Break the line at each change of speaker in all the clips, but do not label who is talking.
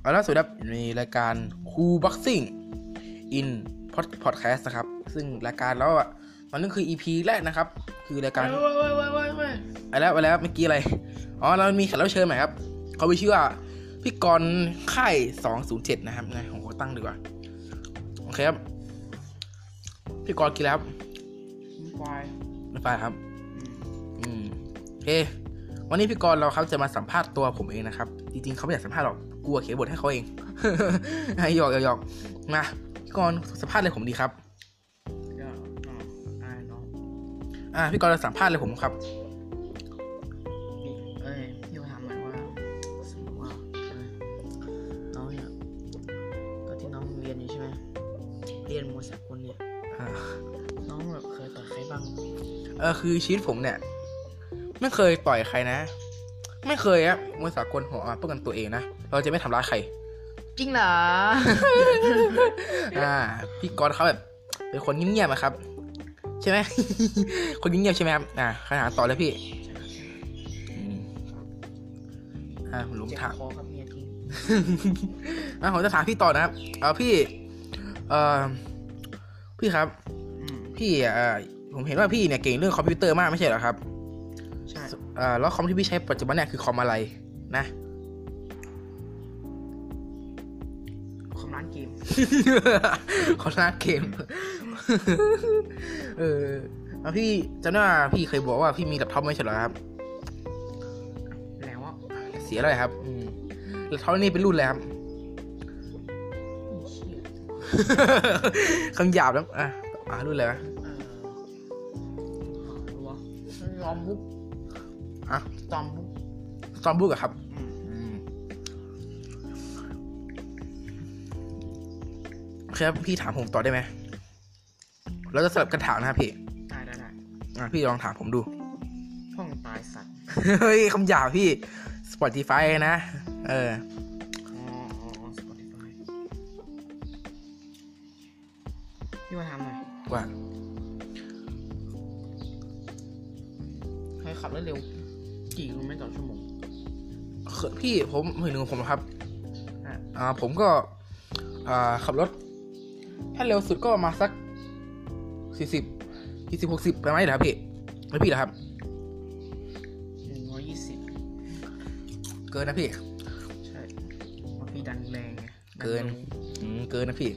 แล้วล่าสุดครับมีรายการคูบ็อกซิ่งอินพอดแคสต์นะครับ ซึ่งรายการแล้วอ่ะตอนนั้นคือ EP แรกนะครับ คือรายการ
เว้ยเว้ยเว้ยเว้ยเว้ย
ไปแล้วไปแล้วเมื่อกี้อะไร อ๋อ เรามีแขกรับเชิญใหม่ครับ เขาไปชื่อว่าพี่กรณ์ค่ายสองศูนย์เจ็ดนะครับนะผมขอตั้งดีกว่า โอเคครับ พี่กรณ์กินแล้วครับ
มีควาย
ไม่ไปครับ
อืม
อืมโอเค วันนี้พี่กรณ์เราครับจะมาสัมภาษณ์ตัวผมเองนะครับ จริงๆเขาไม่อยากสัมภาษณ์หรอกกลัวเขียนบทให้เขาเอง ให้หยอกหยอกหยอกมาพี่กรณ์สัมภาษณ์เลยผมดีครับ
ก็อ๋ออายเนาะ
อ่า พี่กรณ์จะสัมภาษณ์เลยผมครับ
นี่เอ้ยพี่ถามหน่อยว่าสมมติว่าเอ้ยน้องเนี่ยตอนที่น้องเรียนอยู่ใช่ไหมเรียนมวยสากลเนี่ย
อ่า
น้องแบบเคยต่อยใครบ้าง
เออคือชีวิตผมเนี่ย ไม่เคยต่อยใครนะ ไม่เคยอะมวยสากลหัวป้องกันตัวเองนะเราจะไม่ทำร้ายใคร
จริงเหรอ
อ่า พี่กรณ์เขาแบบเป็นคนเงียบๆอะครับ ใช่ไหม คนเงียบๆใช่ไหมครับอ่าคำถามต่อเลยพี่อืมอ่าผมหลุม
เจ็บ
ถาม
คอครับเมียทิ้ง
อ่าผมจะถามพี่ต่อนะครับเอาพี่ เอ่อพี่ครับ
อืม
พี่อ่ะผมเห็นว่าพี่เนี่ยเก่งเรื่องคอมพิวเตอร์มากไม่ใช่เหรอครับ
ใช่
อ่าแล้วคอมที่พี่ใช้ปัจจุบันเนี่ยคือคอมอะไรนะ
คอมร้านเกม
คอมร้านเกม เออแล้วพี่จำได้ว่าพี่เคยบอกว่าพี่มีแล็ปท็อปไม่ใช่เหรอครับ
แล้วอ่ะ
เสียอะไรครับอืมแล็ปท็อปนี่เป็นรุ่นแล้วครับ
ไอ้เชี่ย
คำหยาบแล้วอ่ะอ่ะรุ่นอะไรวะ
เออรู้วะจอมบุ๊ก
อ่ะ
จอมบุ๊ก
ซอมบุกอะครับ
อืม
อืมโอเคครับพี่ถามผมต่อได้ไหมเราจะสลับกันถามนะครับพี่
ได้ได้ได้
อ่ะพี่ลองถามผมดู
พ่องตายสัตว์
เฮ้ยคำหยาบพี่ Spotify นะ เออ
อ๋ออ๋ออ๋อ Spotify พี่มาทำหน่อย
กว่า
เคยขับรถเร็ว กี่กิโลเมตรต่อชั่วโมง
พี่ผมเห็นหนึ่งของผมครับ
อ่ะ
อ่า ผมก็ อ่า ขับรถ ถ้าเร็วสุดก็ประมาณสักสี่สิบยี่สิบหกสิบประมาณนี้แหละครับพี่ แล้วพี่เหรอครับ
หนึ่งร้อยยี่สิบ
เกินนะพี่
ใช่บางทีดันแรงไงดั
เกิน
ร็ว
อืม เกินนะพี่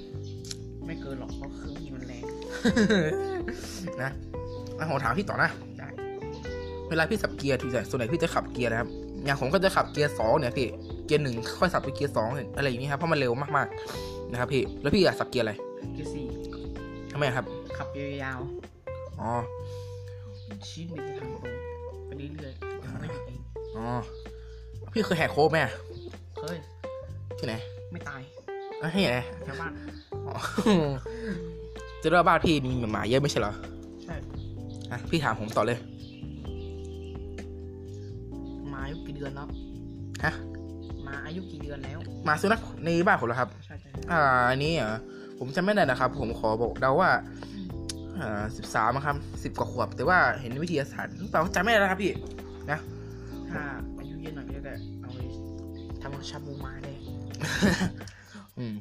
ไม่เกินหรอก เพราะเครื่องพี่มันแรง
นะแล้วผมถามพี่ต่อนะ
ได้
เวลาพี่สับเกียร์ที่ส่วนไหนพี่จะขับเกียร์นะครับ อย่างผมก็จะขับเกียร์สองเนี่ยพี่ เกียร์หนึ่งค่อยสับไปเกียร์สองอะไรอย่างนี้ครับ เพราะมันเร็วมากๆ นะครับพี่ แล้วพี่อยากสับเกียร์อะไร
เกียร์สี่
ทำไมครับ
ขับยาว
อ๋อ
ๆชีวิตมันจะทำตรงไปเรื่อยๆเดี๋ยวมันก็หยุดเอง
อ๋อ พี่เคยแหกโค้งไหมอะ
เฮ้ย
ที่ไหน
ไม่ตาย
เอ้ยที่ไหน
แถวบ้าน
อ๋อ จะเรียกว่าบ้านพี่มีหมาเยอะไม่ใช่เหรอ
ใช่
อ่ะพี่ถามผมต่อเลย
หมาอายุกี่เดือนแล้ว
ฮะ
หมาอายุกี่เดือนแล้ว
หมาสุนัขในบ้านผมเหรอครับ
ใช่ใช่
อ่า อันนี้เหรอผมจำไม่ได้นะครับ ผมขอบอกเดาว่า อ่าสิบสามครับสิบกว่าขวบ แต่ว่าเห็นวิทยาศาสตร์หรือเปล่าจำไม่ได้แล้วครับพี่ นะ
ถ้าอายุเยอะหน่อยก็จะเอาไปทำชาบูมาได้
อืม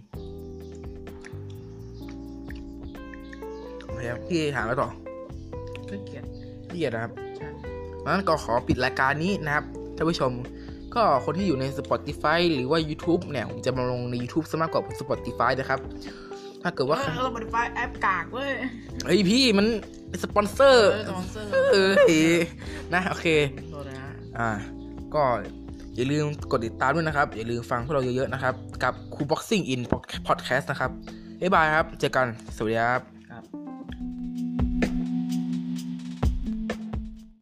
โอเคครับพี่ถามแล้วต่อ
ขี้เกียจ
พี่เกียรตินะครับ
ใช่
นั้นก็ขอปิดรายการนี้นะครับท่านผู้ชม ก็คนที่อยู่ใน Spotify หรือว่า YouTube เนี่ย ผมจะมาลงใน YouTube ซะมากกว่า Spotify นะครับ ถ้าเกิดว่า
เออเออมันไปแอปกากเว้ย
เฮ้ยพี่มันสปอนเซอ
เอ
ร์
อสปอนเซอร์
เอ้ยนะโอเค
โทษนะ
อ่า ก็อย่าลืมกดติดตามด้วยนะครับ อย่าลืมฟังพวกเราเยอะๆนะครับ กับคูบ็อกซิ่งอินพอดแคสต์นะครับบ๊ายบายครับ เจอกัน สวัสดีครับ